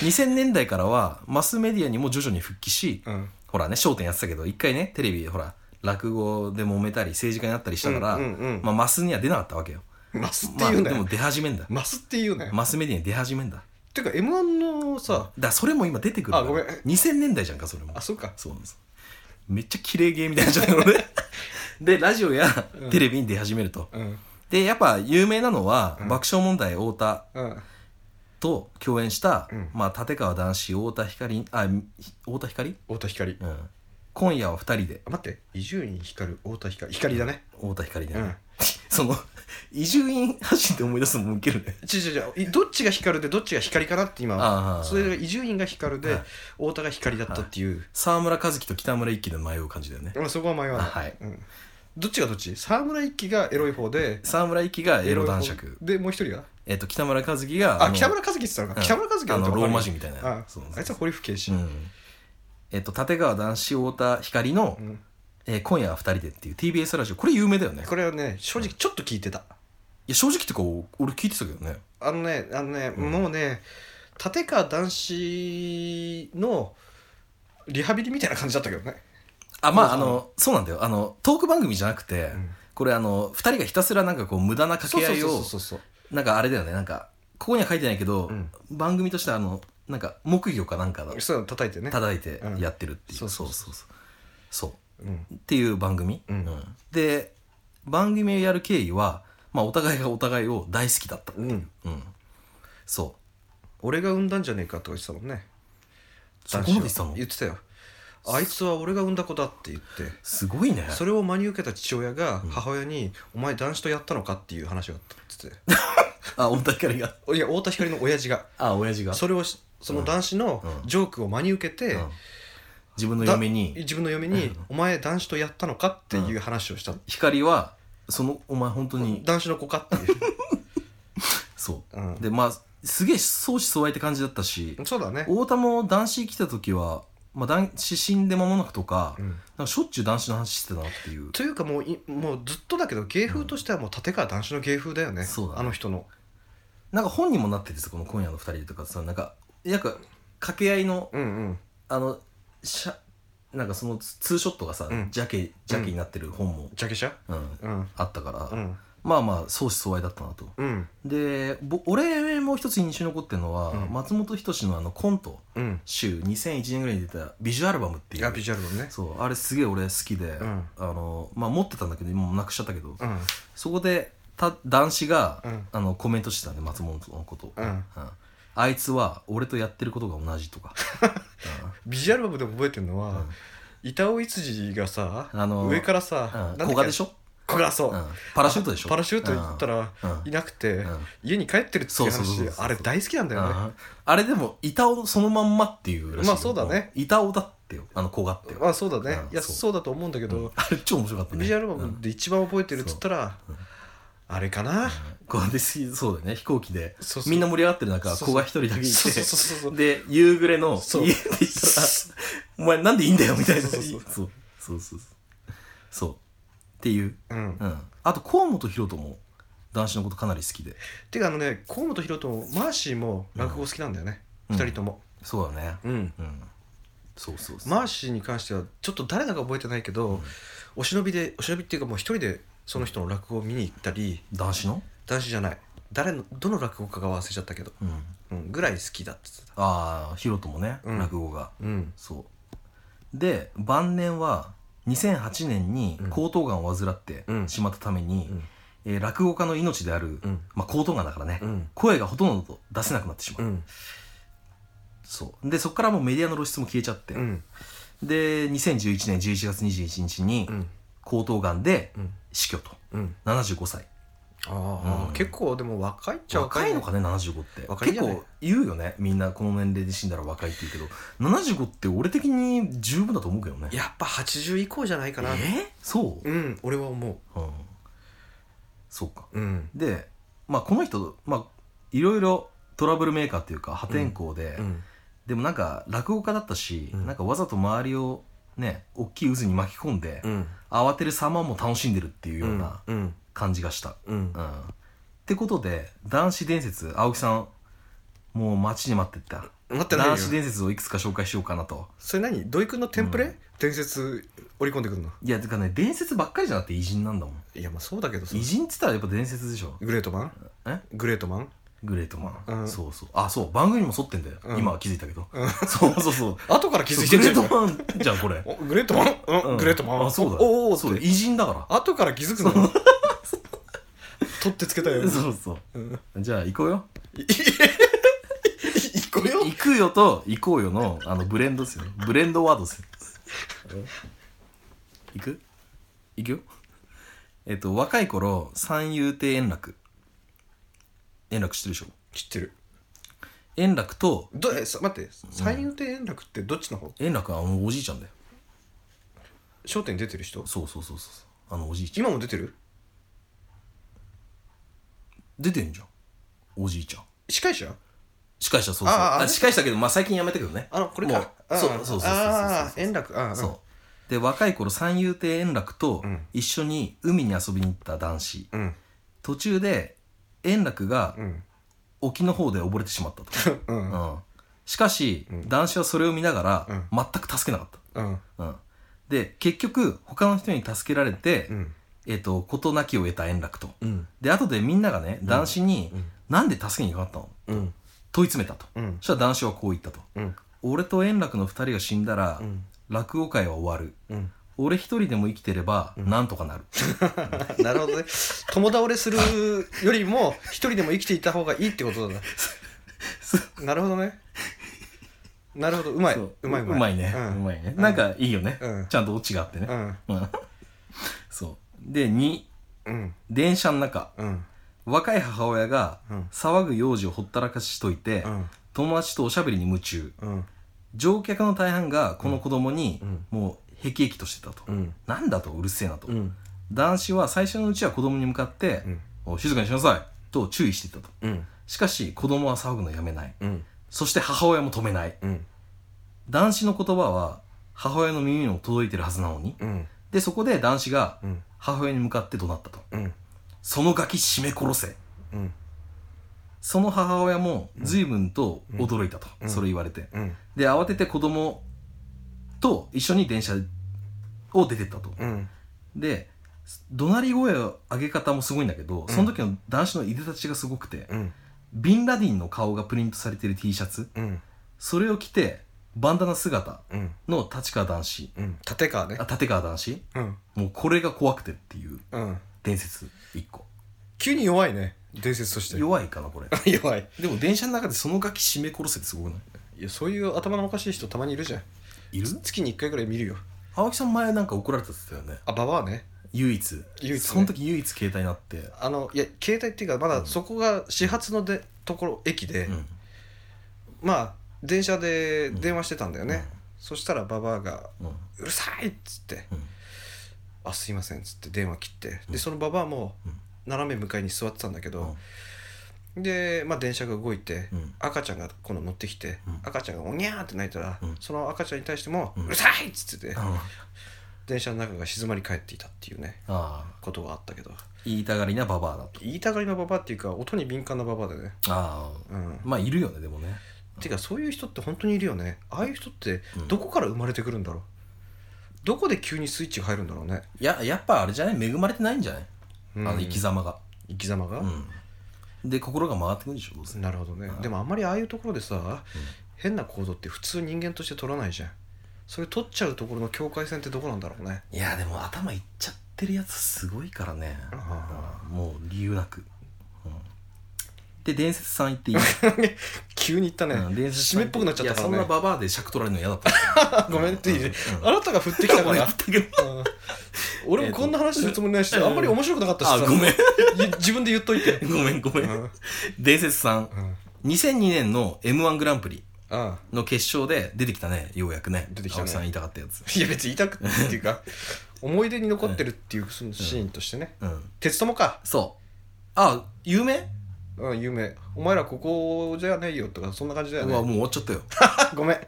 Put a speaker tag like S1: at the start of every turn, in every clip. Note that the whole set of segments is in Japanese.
S1: 2000年代からはマスメディアにも徐々に復帰し、
S2: うん
S1: ほらね『笑点』やってたけど一回ねテレビでほら落語で揉めたり政治家になったりしたから、
S2: うんうんうん
S1: まあ、マスには出なかったわけよ
S2: マスって
S1: まあ
S2: いう
S1: で
S2: ね、
S1: も出始めんだ
S2: マスっていうね、
S1: マスメディアに出始めんだだか
S2: てか m 1のさ
S1: らそれも今出てくるから
S2: あごめん
S1: 2000年代じゃんかそれも
S2: あそうか
S1: そうなんですめっちゃ綺麗ゲーみたいな状態なの ででラジオや
S2: うん
S1: テレビに出始めると、
S2: うん
S1: でやっぱ有名なのは、
S2: うん
S1: 爆笑問題太田
S2: うん
S1: と共演した、
S2: うん
S1: まあ、立川談志太田光あひ太田光、
S2: 太田光
S1: うん、今夜は二人で
S2: あ待って伊集院光太田光光だね
S1: 太田光で、
S2: うん
S1: その伊集院発信って思い出すのもウケるね
S2: 違う違う違ういどっちが光でどっちが光かなって今
S1: ああ
S2: それが伊集院が光で
S1: はい
S2: 太田が光だったっていう
S1: 沢村一樹と北村一輝の迷う感じだよね
S2: まあそこは迷わない、
S1: あはい
S2: うんどっちがどっち沢村一樹がエロい方で
S1: 沢村一樹がエロ男
S2: エロい
S1: 爵
S2: 方でもう一人が
S1: えっと北村一樹が
S2: あ
S1: の
S2: 北村一樹って言ってたの
S1: う
S2: か
S1: ん
S2: 北村一樹
S1: あ
S2: だ
S1: の
S2: と
S1: ローマ字みたいな
S2: あ
S1: そうそうそう
S2: あいつは堀不敬氏
S1: うんえっと立川談志太田光の
S2: うん
S1: 「えー今夜は二人で」っていう TBS ラジオこれ有名だよね
S2: これはね正直ちょっと聞いてた
S1: いや正直とか俺聞いてたけどね
S2: あのねあのね
S1: うん
S2: もうね立川談志のリハビリみたいな感じだったけどね
S1: あまああ
S2: そうそう
S1: のそうなんだよあのトーク番組じゃなくて、
S2: うん
S1: これあの二人がひたすらなんかこう無駄な掛け合い
S2: そう
S1: を
S2: そうそうそう
S1: なんかあれだよねなんかここには書いてないけど、
S2: うん
S1: 番組としてはあのなんか木魚かなんかだ
S2: そういうの叩いてね
S1: 叩いて
S2: うん
S1: やってるっていう、
S2: そう
S1: そ
S2: そうう
S1: そうそうそう
S2: うん
S1: っていう番組、
S2: うん
S1: で番組をやる経緯は、まあ、お互いがお互いを大好きだった、
S2: うん
S1: うん、そ
S2: 俺が産んだんじゃねえかとか言ってたもんね
S1: そこまで言ってたの
S2: 言ってたよあいつは俺が産んだ子だって言って
S1: うすごいね
S2: それを真に受けた父親が母親に「お前男子とやったのか?」っていう話があったっつって
S1: あ太田光が
S2: いや太田光の親父が
S1: あ親父が、
S2: それをしその男子の
S1: うん
S2: ジョークを真に受けて、
S1: うん自分の
S2: だ
S1: 嫁に
S2: 自分の嫁に
S1: うん
S2: 「お前男子とやったのか?」っていう話をした、
S1: 光はそのお前本当に
S2: 男子の子かっ ていう、
S1: そううんでまあすげえ相思相愛って感じだったし
S2: そうだね、
S1: 太田も男子来た時は、まあ、男子死んで間もなくとか,、
S2: うん
S1: なんかしょっちゅう男子の話してたなっていう
S2: というかもういもうずっとだけど芸風としてはもう立川男子の芸風だよね、
S1: そうだね
S2: あの人の
S1: なんか本にもなっててさこの今夜の二人でとかさなんかなんか掛け合いの
S2: うんうん
S1: あのしゃなんかそのツツーショットがさ、
S2: うん
S1: ジャケジャケになってる本も、
S2: ジャケシャ
S1: うん
S2: うん
S1: あったから、
S2: うん
S1: まあまあ相思相愛だったなと
S2: うん
S1: でぼ俺も一つ印象に残ってるのは、
S2: うん
S1: 松本人志のあのコント
S2: うん
S1: 週2001年ぐらいに出たビジュアルバムっていう
S2: あビジュアルもね
S1: そうあれすげえ俺好きで、
S2: ん
S1: あのまあ、持ってたんだけど今もうなくしちゃったけど、
S2: うん
S1: そこでた男子が、
S2: うん
S1: あのコメントしてたね松本のこと、
S2: うん
S1: あいつは俺とやってることが同じと か、
S2: ビジュアルバムでも覚えてるのは、板尾逸次がさ、
S1: あの
S2: 上から
S1: うん
S2: さ
S1: うん
S2: なんだっけ
S1: 古賀でしょ、
S2: 古賀そう、
S1: うん、パラシュートでしょ
S2: パラシュート行った
S1: ら、
S2: ら
S1: うん
S2: いなくて、
S1: うん
S2: 家に帰ってるって
S1: そ
S2: いうう
S1: そうそうそう
S2: 話あれ大好きなんだ
S1: う
S2: よね、
S1: んあれでも板尾そのまんまっていうらしいよ
S2: まあそうだね
S1: うん板尾だってよあの古賀ってよ
S2: まあそうだね、
S1: うん
S2: いや
S1: そ
S2: そううだと思うんだけど、
S1: うんあれ超面白かったね
S2: ビジュアルバムで一番覚えてるっつったら、あれかな、
S1: こうでそうだよね飛行機で
S2: そうそう
S1: みんな盛り上がってる中
S2: そうそう
S1: 子が一人だけいて
S2: そうそうそうそう
S1: で夕暮れの
S2: そう
S1: 家で行ったら 「お前なんでいいんだよ」みたいな
S2: そ
S1: そ
S2: うそう
S1: そう
S2: う
S1: そうそうそうっていう、
S2: うん
S1: う、ん、あと河本大翔も男子のことかなり好きで
S2: てかあのね河本大翔もマーシーも落語好きなんだよね、
S1: うん
S2: 二人とも、
S1: そうだね
S2: うん
S1: うんそうそうそう
S2: マーシーに関してはちょっと誰だか覚えてないけど、お忍びでお忍びっていうかもう一人でその人の落語を見に行ったり
S1: 男子の、
S2: 男子じゃない誰のどの落語家かは忘れちゃったけど、
S1: うん、
S2: うん、ぐらい好きだっつってた
S1: ああ大翔もね、
S2: うん
S1: 落語が
S2: うん
S1: そうで晩年は2008年に
S2: うん
S1: 喉頭がんを患って
S2: うん
S1: しまったために、
S2: うん
S1: えー落語家の命である、
S2: うん
S1: まあ、喉頭がんだからね、
S2: うん
S1: 声がほとんど出せなくなってしまう、
S2: うん
S1: そうでそこからもうメディアの露出も消えちゃって、
S2: うん
S1: で2011年11月21日に
S2: うん
S1: 喉頭がんで
S2: うん
S1: 死去と
S2: うん
S1: 75歳
S2: ああ、
S1: うん
S2: 結構でも若いっちゃ
S1: 若
S2: 若い
S1: いのかね75って
S2: 若いん
S1: 結
S2: じゃない
S1: 構言うよねみんなこの年齢で死んだら若いって言うけど75って俺的に十分だと思うけどね
S2: やっぱ80以降じゃないか
S1: え
S2: な
S1: ーそう
S2: うん俺は思
S1: うん、そうか
S2: ううん
S1: で、まあ、この人、まあ、いろいろトラブルメーカーっていうか破天荒で、
S2: うん
S1: でもなんか落語家だったし、
S2: うん
S1: なんかわざと周りをね大きい渦に巻き込んで、
S2: うん
S1: 慌てる様も楽しんでるっていうような
S2: うん
S1: 感じがした、
S2: うん
S1: うんってことで男子伝説青木さんもう待ちに待ってた
S2: なってないよ
S1: 男子伝説をいくつか紹介しようかなと
S2: それ何土井くんのテンプレ、
S1: うん
S2: 伝説織り込んでくるの
S1: いやてかね伝説ばっかりじゃなくて偉人なんだもん
S2: いやまあそうだけどさ
S1: 偉人っつったらやっぱ伝説でしょ
S2: グレートマン
S1: え
S2: グレートマン
S1: グレートマン、
S2: うん
S1: そうそうあそう番組にも沿ってんだよ、
S2: うん
S1: 今は気づいたけど、
S2: うん
S1: そうそうそう
S2: 後 から気づいてんじゃん
S1: そうグレートマンじゃんこれ、
S2: おグレートマン、うん
S1: うん
S2: グレートマン
S1: あそうだよ
S2: おお
S1: そう
S2: そ
S1: 偉人だか
S2: 後から気づくの取ってつけたよ
S1: らそうそう
S2: うん
S1: じゃあ行こうよ
S2: い一個よ
S1: 行くよと行こうよのあのブレンドですよねブレンドワードですよ行く行くよえっと若い頃三遊亭円楽円楽知ってるでしょ
S2: 知ってる
S1: 円楽と
S2: どえさ待って三遊亭円楽ってどっちの方
S1: 円楽はあのおじいちゃんだよ
S2: 商店出てる人
S1: そうそうそうそうあのおじいちゃん
S2: 今も出てる
S1: 出てんじゃんおじいちゃん
S2: 司会者
S1: 司会者そうそう
S2: あああ
S1: あ司会者だけどまあ最近やめたけどね
S2: あのこれ
S1: もう
S2: かあ
S1: そうそうそうそうそう
S2: あー円楽あー
S1: そうで若い頃三遊亭円楽と
S2: うん
S1: 一緒に海に遊びに行った男子、
S2: うん
S1: 途中で円楽が
S2: うん
S1: 沖の方で溺れてしまったと、
S2: うん
S1: うんしかし、
S2: うん
S1: 男子はそれを見なが
S2: う
S1: ら
S2: ん
S1: 全く助けなかっ
S2: うん
S1: た、うんで結局他の人に助けられて、
S2: うん
S1: えっと事なきを得た円楽と
S2: うん
S1: で後でみんながね男子に、
S2: うん
S1: なんで助けに行かなかったの
S2: うん
S1: 問い詰めたと、
S2: うん
S1: そしたら男子はこう言ったと
S2: うん
S1: 俺と円楽の二人が死んだら、落語界は終わる
S2: うん
S1: 俺一人でも生きてればなんとかなる、
S2: なるほどね。共倒れするよりも、一人でも生きていた方がいいってことだな。なるほどね。なるほど、うまい。
S1: そう
S2: うまい、
S1: うまいね、
S2: う
S1: うんまいねなんかいいよね、
S2: うん
S1: ちゃんとオチがあってね、
S2: うん。
S1: うんそう。で、2、
S2: うん。
S1: 電車の中。
S2: うん。
S1: 若い母親が
S2: うん
S1: 騒ぐ幼児をほったらかしといて、
S2: うん。
S1: 友達とおしゃべりに夢中。
S2: うん。
S1: 乗客の大半がこの子供に
S2: うん、
S1: もう、へきへきとしてたと。
S2: うん。
S1: なんだと、うるせえなと。
S2: うん。
S1: 男子は最初のうちは子供に向かって、
S2: うん。
S1: おい静かにしなさいと注意していたと。
S2: うん。
S1: しかし、子供は騒ぐのやめない。
S2: うん。
S1: そして母親も止めない。
S2: うん。
S1: 男子の言葉は、母親の耳にも届いてるはずなのに。
S2: うん。
S1: で、そこで男子が
S2: うん。
S1: 母親に向かって怒鳴ったと。
S2: うん。
S1: そのガキ締め殺せ。
S2: うん。
S1: その母親も随分と驚いたと、
S2: うん
S1: それ言われて。
S2: うん。
S1: で、慌てて子供と一緒に電車を出てったと。
S2: うん。
S1: で、怒鳴り声を上げ方もすごいんだけど、その時の男子のいでたちがすごくて、
S2: うん。
S1: ビンラディンの顔がプリントされてる T シャツ、
S2: うん。
S1: それを着て、バンダナ姿
S2: うん。
S1: の立川男子、
S2: うん。立川ね
S1: あ、。立川男子、
S2: うん。
S1: もうこれが怖くてっていう
S2: うん。
S1: 伝説、一個。
S2: 急に弱いね。伝説として。
S1: 弱いかな、これ。
S2: 弱い。
S1: でも電車の中でそのガキ締め殺せってすごくない
S2: いや、そういう頭のおかしい人たまにいるじゃん。
S1: いる
S2: 月に一回ぐらい見るよ。
S1: 青木さん前なんか怒られたって言ってたよね
S2: あ、ババアね。
S1: 唯一
S2: 唯一ね
S1: その時唯一携帯になって
S2: あのいや携帯っていうかまだそこが始発のでところ駅で、
S1: うん
S2: まあ電車で電話してたんだよね、
S1: うん
S2: そしたらババアが
S1: うん
S2: 「うるさい!」っつって
S1: うん
S2: 「あすいません」っつって電話切って、
S1: うん
S2: でそのババアも
S1: うん
S2: 斜め向かいに座ってたんだけど、で、まあ、電車が動いて、
S1: うん
S2: 赤ちゃんが今度乗ってきて、
S1: うん
S2: 赤ちゃんが「おにゃー!」って泣いたら、
S1: うん
S2: その赤ちゃんに対しても「う
S1: うん
S2: るさい!」っつってて、
S1: あ
S2: 電車の中が静まり返っていたっていうね
S1: あ
S2: ことがあったけど
S1: 言いたがりなババアだと
S2: 言いたがりのババアっていうか音に敏感なババアだよね
S1: ああ
S2: うん
S1: まあいるよねでもね
S2: てかそういう人って本当にいるよねああいう人って
S1: うん
S2: どこから生まれてくるんだろうどこで急にスイッチが入るんだろうね、
S1: いややっぱあれじゃない恵まれてないんじゃないあ
S2: うん
S1: の生き様が
S2: 生き様が、
S1: うんで心が回ってくるんでしょどうせ
S2: なるほどねでもあんまりああいうところでさ、変な行動って普通人間として取らないじゃんそれ取っちゃうところの境界線ってどこなんだろうね
S1: いやでも頭いっちゃってるやつすごいからね
S2: あ
S1: もう理由なくうんで伝説さん言っ ていい
S2: 急に言ったね、
S1: うん伝説さ
S2: 締
S1: ん
S2: めっぽくなっちゃったか
S1: いやそんな
S2: らね
S1: ババアで尺取られるの嫌だった
S2: ごめんって言う、
S1: うん
S2: あなたが振ってきた から、
S1: だけど
S2: うん俺もこんな話するつもりないし、
S1: えっと
S2: あんまり面白くなかったし
S1: あ
S2: さ
S1: ごめん
S2: い自分で言っといて
S1: ごめんごめ
S2: うん
S1: ん伝説さん
S2: うん
S1: 2002年の m 1グランプリ
S2: ああ
S1: の決勝で出てきたねようやくね
S2: 出てきたね
S1: 青木さん言いたかったやつ
S2: いや別に痛くっていうか思い出に残ってるっていうそのシーンとしてね
S1: うん
S2: 鉄友か、
S1: そうあ有名、
S2: うん、有名お前らここじゃないよとかそんな感じだよ
S1: うわ
S2: ね
S1: もう終わっちゃったよ
S2: ごめん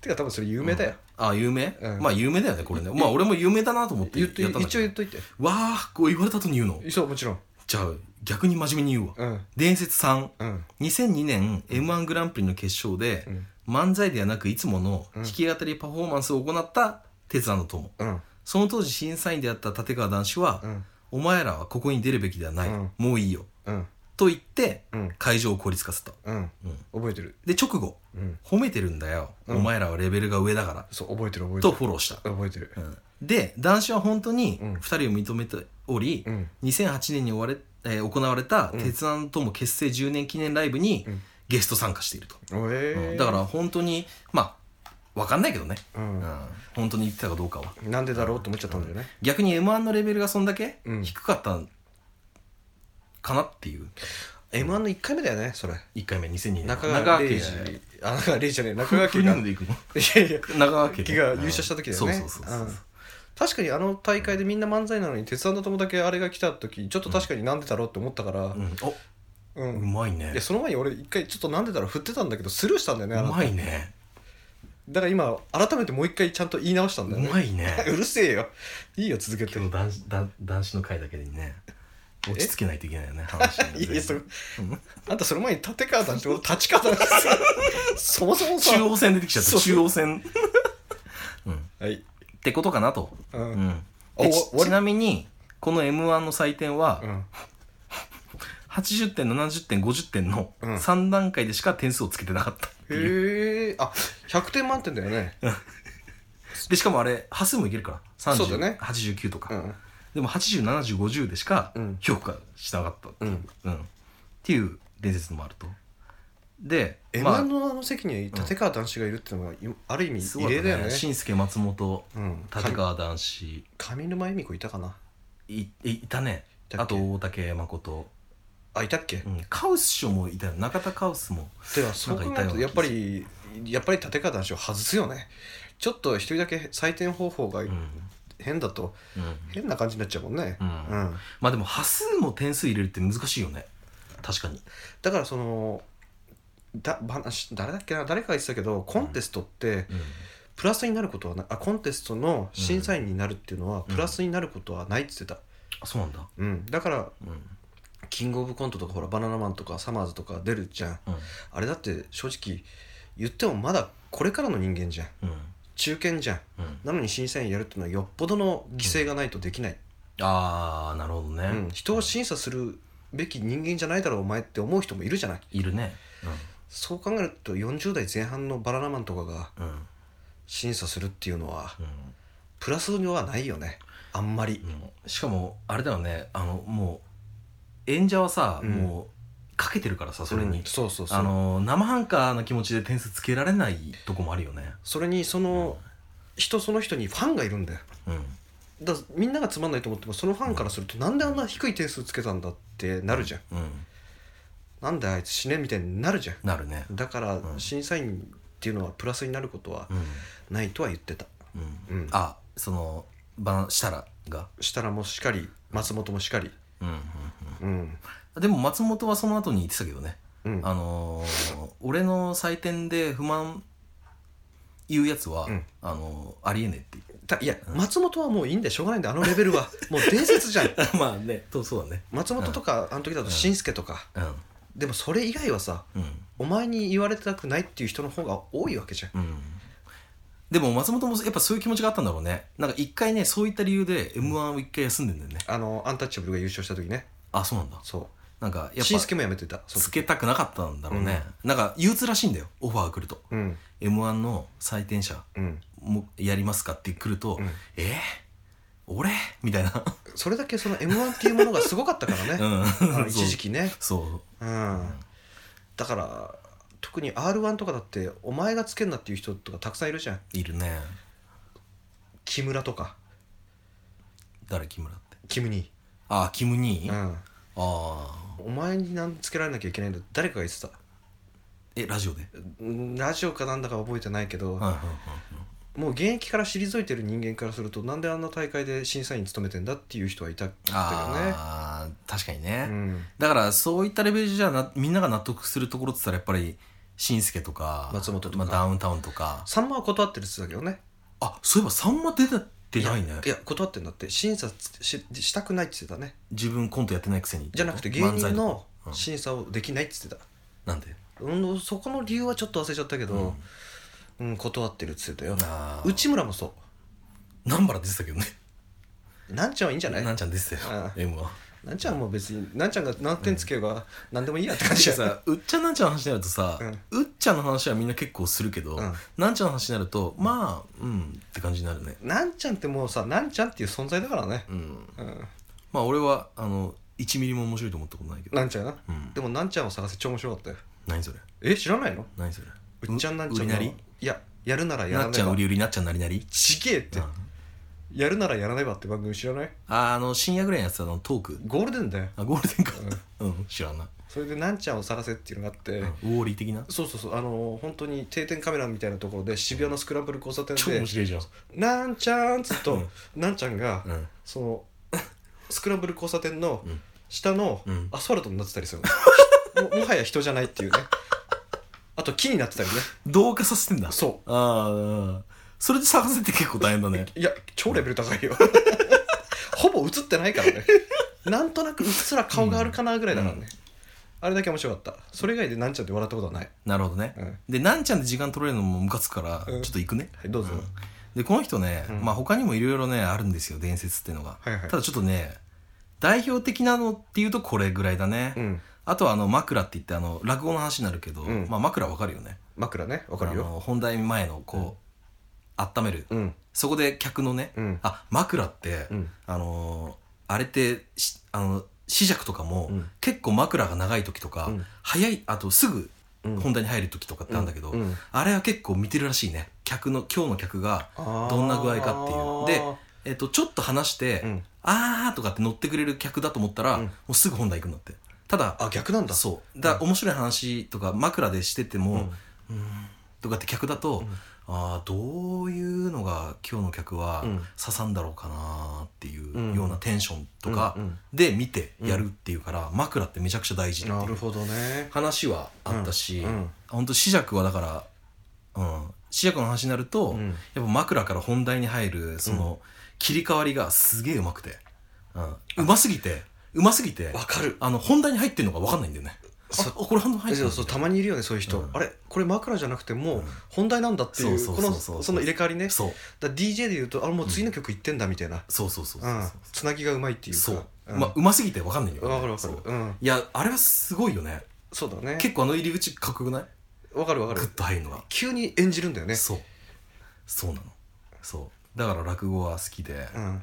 S2: てか多分それ有名だよ、
S1: あ有名、
S2: うん
S1: まあ有名だよねこれねまあ俺も有名だなと思って
S2: 言っと
S1: やったんだ
S2: 一応
S1: け
S2: 言っといて
S1: どわあこう言われた後に言うの
S2: そうもちろん
S1: じゃあ逆に真面目に言うわ、
S2: うん
S1: 伝説3
S2: うん
S1: 2002年 m 1グランプリの決勝で、
S2: うん
S1: 漫才ではなくいつもの弾き語りパフォーマンスを行った哲也の友
S2: うん
S1: その当時審査員であった立川談志は、
S2: うん
S1: お前らはここに出るべきではない、
S2: うん
S1: もういいよ
S2: うん
S1: と言って
S2: うん
S1: 会場を凍りつかせた、
S2: うん
S1: うん、
S2: 覚えてる
S1: で直後
S2: うん
S1: 褒めてるんだよ、
S2: うん
S1: お前らはレベルが上だから
S2: そう覚えてる覚えて
S1: と
S2: る
S1: フォローした、
S2: 覚えてる
S1: うんで談志は本当に
S2: うん
S1: 2人を認めており、
S2: うん
S1: 2008年に終われ、えー行われた
S2: う
S1: 「
S2: ん
S1: 鉄腕とも結成10年記念ライブ」に
S2: うん
S1: ゲスト参加していると、
S2: おえ
S1: う
S2: ー
S1: んだから本当にまあ分かんないけどね、
S2: うん
S1: うん本当に言ってたかどうかは
S2: なんでだろうと思っちゃったんだよね
S1: 逆に m 1のレベルがそんだけ
S2: うん
S1: 低かったかなっていう
S2: M1 の1回目だよねそれ
S1: 1回目2002年
S2: 中川
S1: 家
S2: 玲
S1: じゃない
S2: 治あ中川玲治じゃねえ中
S1: フ
S2: 川
S1: ル
S2: 家
S1: ネ
S2: が
S1: ームでいくの
S2: いやいや
S1: 中川家
S2: 家が優勝した時だよね
S1: そうそうそうそう
S2: うん確かにあの大会でみんな漫才なのに鉄腕の友だけあれが来た時ちょっと確かになんでだろうって思ったから
S1: うんあ
S2: う
S1: うんまいね
S2: いやその前に俺一回ちょっとなんでだろう振ってたんだけどスルーしたんだよねあ
S1: う
S2: なた
S1: まいね
S2: だから今改めてもう一回ちゃんと言い直したん
S1: う
S2: だよね
S1: まいね
S2: うるせえよいいよ続けて
S1: 今日男子男男子の会だけにね落ち着けないといけないよね話に
S2: いやいやそれ
S1: うん
S2: あんたその前に立川さんって俺立川さんそもそもさ
S1: 中央線出てきちゃっ
S2: そ
S1: た
S2: う
S1: 中央線うん
S2: はい
S1: ってことかなと、
S2: う
S1: うんん、
S2: お
S1: で
S2: 終わ
S1: ち
S2: り
S1: ちなみにこの m 1の採点は
S2: うん
S1: 80点70点50点の
S2: うん
S1: 3段階でしか点数をつけてなかったっていう、
S2: へえあ100点満点だよね
S1: でしかもあれ端数もいけるから
S2: そうだね
S1: 3089とか、
S2: うん
S1: でも807050でしか
S2: うん
S1: 評価しなかったっていう、
S2: うん
S1: うんっていう伝説もあるとで
S2: M1
S1: まあ
S2: のあの席に立川談志がいるっていうのがいある意味異例だよね
S1: 新助松本
S2: うん
S1: 立川談志
S2: か上沼恵美子いたかない
S1: いいたね
S2: いたっけ
S1: あと大竹誠、
S2: あいたっけ
S1: うん、カウス師匠もいたよ中田カウスも
S2: ではそう考えるとやっぱりやっぱり立川談志を外すよねちょっと一人だけ採点方法が
S1: うん、うん
S2: 変だと変な感じになっちゃうもんね
S1: うん
S2: うん
S1: まあでも端数も点数入れるって難しいよね確かに
S2: だからそのだばなし誰だっけな誰かが言ってたけどコンテストって
S1: うん
S2: プラスになることはないあコンテストの審査員になるっていうのは
S1: うん
S2: プラスになることはないって言ってた、
S1: あそうなんだ
S2: うんだから
S1: うん
S2: キングオブコントとかほらバナナマンとかサマーズとか出るじゃん
S1: う
S2: あれだって正直言ってもまだこれからの人間じゃん
S1: んうん
S2: 中堅じゃん
S1: うん
S2: なのに審査員やるっていうのはよっぽどの犠牲がないとできない、
S1: ああなるほどね、
S2: うん人を審査するべき人間じゃないだろうお前って思う人もいるじゃない
S1: いるね
S2: そう考えると40代前半のバナナマンとかが
S1: うんうん
S2: 審査するっていうのは
S1: うん
S2: プラスにはないよねあんまり
S1: うんしかもあれだよねあのもう演者はさ、
S2: うん
S1: もうかけてるからさそれに、
S2: うんそうそうそう
S1: あの生半可な気持ちで点数つけられないとこもあるよね
S2: それにその人その人にファンがいるんだよ
S1: うん
S2: だからみんながつまんないと思ってもそのファンからするとなんであんな低い点数つけたんだってなるじゃん
S1: うん
S2: なんであいつ死ねみたいになるじゃん
S1: なるね
S2: だから
S1: うん
S2: 審査員っていうのはプラスになることは
S1: うん、
S2: ないとは言ってた
S1: うん
S2: うん
S1: あそのば設楽が
S2: 設楽もしかり松本もしかり
S1: うんうん
S2: うん
S1: うんでも松本はその後に言ってたけどね、
S2: うん
S1: あのー俺の採点で不満言うやつは、
S2: うん
S1: あのーありえねえって言
S2: だいや松本はもういいんでしょうがないんであのレベルはもう伝説じゃん
S1: ってまあねとそうだね
S2: 松本とかあの時だと紳助とか
S1: う
S2: でもそれ以外はさ
S1: んうん
S2: お前に言われたくないっていう人の方が多いわけじゃん
S1: うんでも松本もやっぱそういう気持ちがあったんだろうねなんか一回ねそういった理由で m 1を一回休んでんだよね
S2: あのアンタッチャブルが優勝した時ね
S1: あそうなんだ
S2: そ
S1: なんか
S2: う
S1: やっ
S2: 紳
S1: ぱ
S2: 助もやめてたそう
S1: つけたくなかったんだろうね、なんか憂鬱らしいんだよオファー来ると
S2: うん
S1: m 1の採点者
S2: うん
S1: もやりますかって来ると、
S2: うん
S1: えー、俺みたい な
S2: それだけその m 1っていうものがすごかったからね、あ
S1: う
S2: の
S1: ん
S2: 一時期ね
S1: そう
S2: うんだから特に r 1とかだってお前がつけんなっていう人とかたくさんいるじゃん
S1: そういるね
S2: 木村とか
S1: 誰木村って
S2: キムニ
S1: あキム・ニー、
S2: ー、
S1: あ
S2: うん、
S1: あ
S2: お前になんつけられなきゃいけないんだって誰かが言ってた
S1: ーえラジオで
S2: うんラジオかなんだか覚えてないけど、
S1: はいはい
S2: もう現役から退いてる人間からするとなんであんな大会で審査員務めてんだっていう人はいたんだ
S1: ああー確かに
S2: け
S1: ね、
S2: どね、うん、
S1: だからそういったレベルじゃなみんなが納得するところって言ったらやっぱり紳助とか
S2: 松本とか
S1: まあ、ダウンタウンとか
S2: さんまは断ってるって言ってたけどね
S1: あそういえばさんま出たてないね
S2: いや断ってんだって審査ししたくないって言ってたね
S1: 自分コントやってないくせに
S2: じゃなくて芸
S1: 漫才
S2: 人
S1: と
S2: の
S1: かうん
S2: 審査をできないって言ってた、
S1: なんで
S2: うん、そこの理由はちょっと忘れちゃったけど、うん断ってるって言ってたよ
S1: あうち
S2: 内村もそ
S1: 南原出てたけどね
S2: うなんちゃんはいいんじゃない
S1: なんちゃん出てたよ
S2: あ
S1: M は
S2: なんちゃんも別になんちゃんが何点つけようが何でもいいやって感
S1: 確
S2: じ
S1: か
S2: じ
S1: に
S2: ゃん
S1: さうっちゃんなんちゃんの話になるとさ、うっちゃんの話はみんな結構するけど、
S2: うん
S1: なんちゃんの話になるとまあうんって感じになるね
S2: なんちゃんってもうさなんちゃんっていう存在だからね、
S1: うん
S2: うん、
S1: まあ俺はあの1ミリも面白いと思ったことないけど
S2: なんちゃんな、
S1: うん
S2: でもなんちゃんを探せ超面白かったよ
S1: 何それ
S2: え知らないの
S1: 何それ
S2: うっちゃんなんちゃん
S1: 売りな
S2: の
S1: り
S2: いややるならやら
S1: なっ
S2: ね
S1: ちゃん
S2: ば
S1: 売り売りなっちゃんなりなり
S2: ちげえって、
S1: うん
S2: やるならやらねばって番組知らない
S1: ああの深夜ぐらいのやつだあのトーク
S2: ゴールデンだよ
S1: あゴールデンかうん、知らない、
S2: それでなんちゃんを探せっていうのがあって、
S1: うんウォーリー的な
S2: そうそうそうあのー本当に定点カメラみたいなところで渋谷のスクランブル交差点
S1: 超
S2: で
S1: 面白いじゃん
S2: 「なんちゃん」っつうと、なんちゃんが、
S1: うん
S2: そのスクランブル交差点の
S1: うん
S2: 下の
S1: うん
S2: アスファルトになってたりする の、ももはや人じゃないっていうねあと木になってたりね
S1: 同化させてんだ
S2: そ
S1: ああそれで探せって結構大変だ ね
S2: いや超レベル高 いよほぼ映ってないからねなんとなくうっすら顔があるかなぐらいだからね、
S1: うん
S2: あれだけ面白かったそれ以外でなんちゃんで笑ったことはない、
S1: なるほどね、
S2: うん
S1: でなんちゃんで時間取れるのもムカつくから、
S2: うん
S1: ちょっと行くね
S2: はいどうぞ、
S1: うんでこの人ね、
S2: うん
S1: まあ他にもいろいろねあるんですよ伝説っていうのが、
S2: はいはい
S1: ただちょっとね代表的なのっていうとこれぐらいだね、
S2: うん
S1: あとはあの枕って言ってあの落語の話になるけど、
S2: うん
S1: まあ枕わかるよね
S2: 枕ねわかる
S1: あ
S2: よ
S1: の本題前のこう、温める、
S2: うん
S1: そこで客のね、
S2: うん
S1: あ枕って、
S2: うん
S1: あのーあれってしあの磁石とかも、
S2: うん
S1: 結構枕が長い時とか、
S2: うん
S1: 早いあとすぐ
S2: うん
S1: 本題に入る時とかってあるんだけど、
S2: うんうん
S1: あれは結構見てるらしいね客の今日の客がどんな具合かっていうで、えっとちょっと話して「
S2: うん
S1: あー」とかって乗ってくれる客だと思ったら、
S2: うん
S1: もうすぐ本題行くんだってただ
S2: あ逆なんだ
S1: そうだ、面白い話とか枕でしてても、
S2: うん
S1: うーんとかって客だと、ああどういうのが今日の客は
S2: うん
S1: 刺さんだろうかなってい
S2: ん
S1: うようなテンションとか
S2: うんうん
S1: で見てやるっていうから、枕ってめちゃくちゃ大事ってい
S2: なる
S1: う
S2: ほどね
S1: 話はあったし、
S2: うんうん
S1: ほんと紫尺はだから、うん、紫尺の話になると、
S2: うん
S1: やっぱ枕から本題に入るその切り替わりがすげえうまくて、うん、うますぎてうますぎて
S2: わかる
S1: あの本題に入ってるのが分かんないんだよね。あ
S2: そ
S1: あこれ本題入
S2: え
S1: って
S2: そ
S1: る
S2: うそうたまにいるよねそういう人、
S1: うん
S2: あれこれ枕じゃなくてもう本題なんだっていう、
S1: そう
S2: こ
S1: そうそう
S2: の
S1: そう
S2: その入れ替わりねだか
S1: そう
S2: ら DJ でいうとあもう次の曲いってんだみたいな、
S1: そうそうそう
S2: う
S1: そうんそう、
S2: つなぎがうまいっていうか
S1: そう、
S2: ん
S1: まあうますぎて分かんないよ、ね、
S2: わかるわか
S1: そう
S2: るうん
S1: いやあれはすごいよね
S2: そうだね
S1: 結構あの入り口かっこよくない
S2: わかるわか
S1: グ
S2: る
S1: ッと入るのが、
S2: 急に演じるんだよね
S1: そうそうなのそうだから落語は好きで、
S2: うん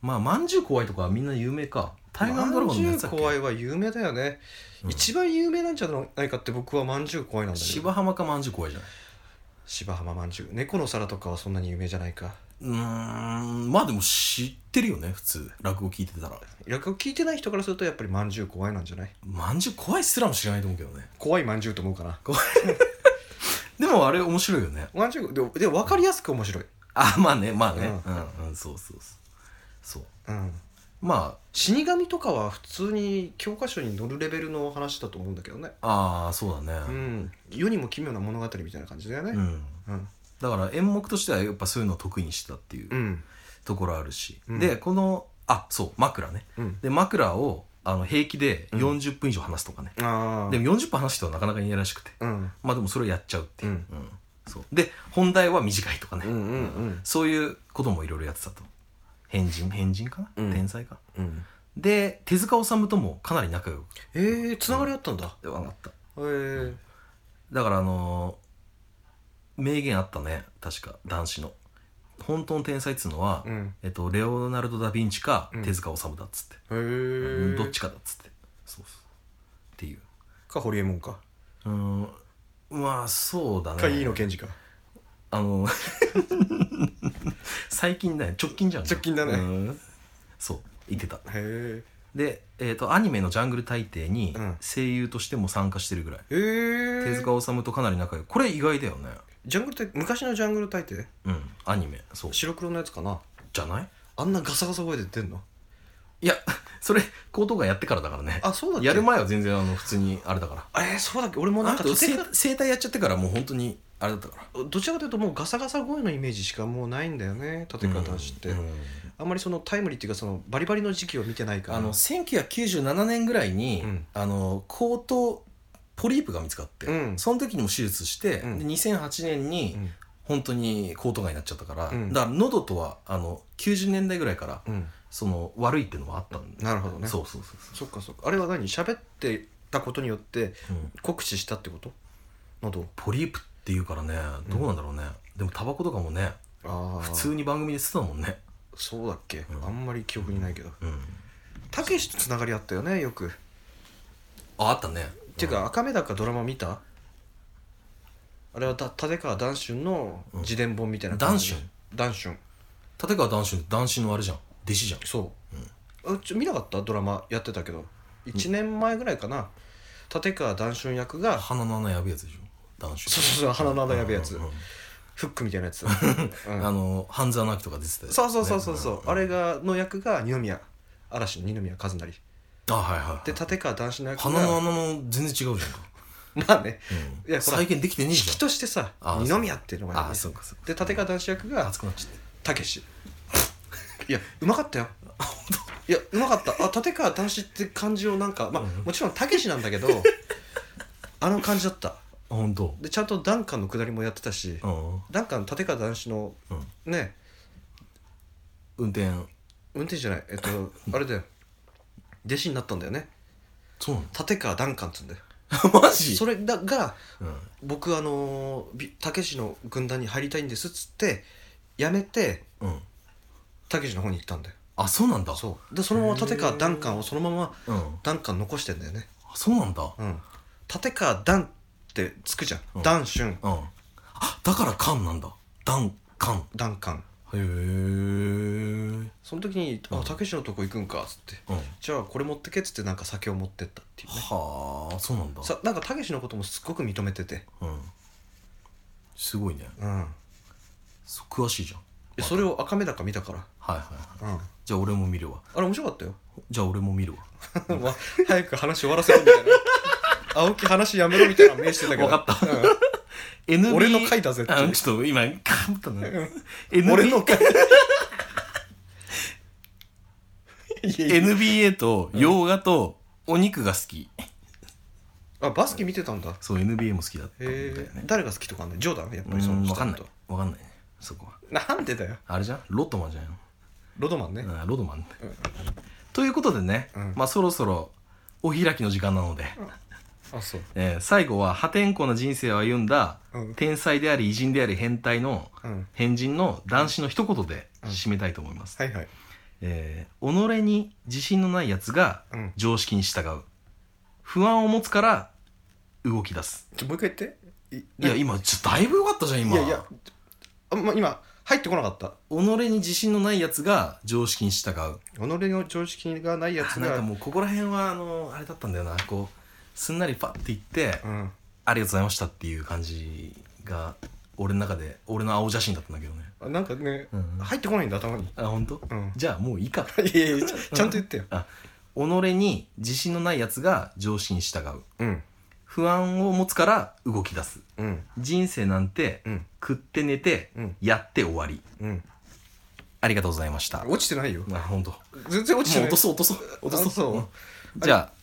S1: まあまんじゅう怖いとかはみんな有名かタイガードラゴンのやつだっ
S2: まんじゅう怖い
S1: け
S2: は有名だよね、
S1: うん
S2: 一番有名なんじゃないかって僕はまんじゅう怖いなんだけど
S1: 芝浜かまんじゅう怖いじゃない
S2: 芝浜まんじゅう猫の皿とかはそんなに有名じゃないか
S1: うーんまあでも知ってるよね普通落語聞いてたら
S2: 略を聞いてない人からするとやっぱりまんじゅう怖いなんじゃない
S1: まんじゅう怖いすらも知らないと思うけどね
S2: 怖いまんじゅうと思うかな
S1: でもあれ面白いよね
S2: まんじゅうでもでも分かりやすく面白い
S1: あまあねまあね
S2: う
S1: うん、うん、そうそうそうそう
S2: うん
S1: ま
S2: 死神とかは普通に教科書に載るレベルの話だと思うんだけどね
S1: あああそうだ
S2: う
S1: ね
S2: ん世にも奇妙な物語みたいな感じだよね
S1: うん
S2: うん
S1: だから演目としてはやっぱそういうのを得意にしてたっていう
S2: う
S1: うんところあるし、
S2: うん
S1: でこのあそう枕ね
S2: うん
S1: で枕をあの平気で
S2: うん
S1: 40分以上話すとかね、
S2: ああ
S1: でも40分話す人はなかなかいないらしくて
S2: うん
S1: まあでもそれをやっちゃうっていう,、
S2: う
S1: うんんそうで本題は短いとかね、
S2: うんうんうん
S1: そういうこともいろいろやってたと変人変人かな、
S2: うん
S1: 天才か
S2: うん
S1: で手塚治虫ともかなり仲良く
S2: えー、つながりあったんだ
S1: 分かった
S2: えー、
S1: だからあのー名言あったね確か男子の本当の天才っつうのは、
S2: うん
S1: えっと、レオナルド・ダ・ヴィンチか
S2: うん
S1: 手塚治虫だっつって、
S2: へー、
S1: どっちかだっつってそうそうっていう
S2: かホリエモンか
S1: うーんまあそうだね
S2: か飯野健二か
S1: あの 最近だね直近じゃん
S2: 直近だね
S1: うんそう言ってた
S2: へ
S1: で、えっとアニメの「ジャングル大帝」に
S2: うん
S1: 声優としても参加してるぐらい、
S2: えー、
S1: 手塚治虫とかなり仲良いこれ意外だよね
S2: ジャングル大昔のジャングル大帝
S1: うんアニメそう
S2: 白黒のやつかな
S1: じゃない
S2: あんなガサガサ声で出んの
S1: いや、 それ、高等がやってからだからね。
S2: あそうだっけ
S1: やる前は全然、あの、普通に、あれだから。
S2: えー、そうだっけ俺も
S1: あ
S2: なん
S1: の
S2: か
S1: 人、
S2: 立て
S1: 生生体やっちゃってからもう本当に、あれだったから
S2: どちらかというともうガサガサ声のイメージしかもうないんだよね立て方して、
S1: うんうん
S2: あんまりそのタイムリーっていうかそのバリバリの時期を見てないから
S1: あの1997年ぐらいに、
S2: うん
S1: あの口頭ポリープが見つかって、
S2: うん
S1: その時にも手術して、
S2: うん
S1: で2008年に
S2: うん
S1: 本当に口頭がになっちゃったから、
S2: うん
S1: だから喉とはあの90年代ぐらいから
S2: うん
S1: その悪いっていうのもあったんで、
S2: なるほどね
S1: そうそうそうそ
S2: そっかそっかあれは何喋ってたことによって
S1: う、うん
S2: 酷使したってこと喉を
S1: ポリープっていうからねどうなんだろうね、でもタバコとかもね
S2: ああ
S1: 普通に番組で吸ってたもんね
S2: そうだっけ、
S1: うん
S2: あんまり記憶にないけど
S1: うん
S2: たけしとつながりあったよねよく
S1: ああったね
S2: ていうか赤目高ドラマ見たあれはた立川談春の自伝本みたいな感じ
S1: うん
S2: 談春
S1: 立川談春って談春のあれじゃん弟子じゃん
S2: そう、あちょ見なかったドラマやってたけど1年前ぐらいかな立川談春役が
S1: 鼻の穴やべえやつでしょ談春
S2: そうそうそう鼻の穴やべえやつ
S1: うんうんうん
S2: フックみたいな やつ、うん
S1: あの半沢直樹とか出てたよ
S2: そうそうそうそうそう、
S1: ねん
S2: あれがの役が二宮嵐の二宮和也
S1: あはいはいはい
S2: で立川談春の役が
S1: 鼻の穴も全然違うじゃんか、
S2: まあね
S1: うん、
S2: いやほら
S1: 再現できてねえ
S2: 引
S1: じ
S2: きとしてさ
S1: あ
S2: 二宮っていうの
S1: ゃ
S2: が
S1: ん
S2: いいね
S1: ああそうかそうか
S2: で立川談春役が
S1: 熱くなっちゃって
S2: たけしいやうまかったよいやうまかったあ立川談春って感じをなんかまあ
S1: うん
S2: もちろんたけしなんだけどあの感じだった
S1: あ本当
S2: でちゃんとダンカンの下りもやってたし、
S1: うん、うん、
S2: ダンカン立川談春のね
S1: 運転
S2: 運転手じゃないえっとあれだよ弟子になったんだよね
S1: そうな
S2: 立川ダンカンっつうんだよ
S1: の マジ
S2: それだが
S1: うん、
S2: 僕あのーびたけしの軍団に入りたいんですっつって辞めて
S1: うん、
S2: たけしの方に行ったんだよ
S1: あそうなんだ
S2: そうでそのまま立川ダンカンをそのまま
S1: う、うん、あ
S2: ダンカン残してんだよね
S1: そうなんだ
S2: うん立川ダンってつくじゃん、
S1: うん
S2: ダンシュン
S1: うんあだからカンなんだダンカン
S2: ダンカン
S1: へえうん
S2: その時に「
S1: うん
S2: あたけしのとこ行くんか」っつって「じゃあこれ持ってけ」っつってなんか酒を持ってったっていうね
S1: はあそうなんだ
S2: さなんかたけしのこともすっごく認めてて
S1: うんすごいね
S2: うん
S1: そう詳しいじゃん
S2: でそれを赤目高見たから
S1: はいはいはい
S2: うん
S1: じゃあ俺も見るわ
S2: あれ面白かったよ
S1: じゃあ俺も見るわ
S2: わ 早く話終わらせろみたいな青木話やめろみたいな目してたけど
S1: わかった
S2: うん
S1: NB
S2: 俺の回だぜって
S1: あちょっと今かぶったな NB
S2: 俺の回いやいや
S1: NBA と洋画とお肉が好き
S2: あバスケ見てたんだへ
S1: そう NBA も好きだったんだよ
S2: え
S1: ね
S2: 誰が好きとかあんだよジョーダンやっぱりその
S1: 分
S2: 人
S1: かん
S2: の
S1: な
S2: こ
S1: い
S2: と
S1: 分かんないねそこは
S2: なんでだよ
S1: あれじゃんロットマンじゃん
S2: ロドマンね
S1: うんロットマンということでね
S2: うん
S1: まあそろそろお開きの時間なので
S2: あそう
S1: えー最後は破天荒な人生を歩んだ
S2: うん
S1: 天才であり偉人であり変態の
S2: うん
S1: 変人の男子の一言で締めたいと思います、
S2: はいはい
S1: えー己に自信のないやつが
S2: うん
S1: 常識に従う不安を持つから動き出す
S2: ちょもう一回言ってい
S1: いや今ちょだいぶ良かったじゃん今
S2: いやいやあんま今入ってこなかった
S1: 己に自信のないやつが常識に従う
S2: 己の常識がないやつ
S1: あ
S2: が
S1: なんかもうここら辺はあのあれだったんだよなこうすんなりパッて言って、
S2: うん
S1: ありがとうございましたっていう感じが俺の中で俺の青写真だったんだけどね
S2: あなんかね、
S1: うん
S2: 入ってこないんだ頭に
S1: あ本当、
S2: ん
S1: じゃあもういいか
S2: いやいやちゃちゃんと言ってよ
S1: あ己に自信のないやつが常識に従う
S2: うん
S1: 不安を持つから動き出す
S2: うん
S1: 人生なんて、
S2: うん
S1: 食って寝て、
S2: うん
S1: やって終わり
S2: うん
S1: ありがとうございました
S2: 落ちてないよ
S1: あ本当。も
S2: 全然落ちて
S1: う
S2: な
S1: 落と
S2: い
S1: そう落とそう落と
S2: あ
S1: そ
S2: そうう
S1: うんじゃあ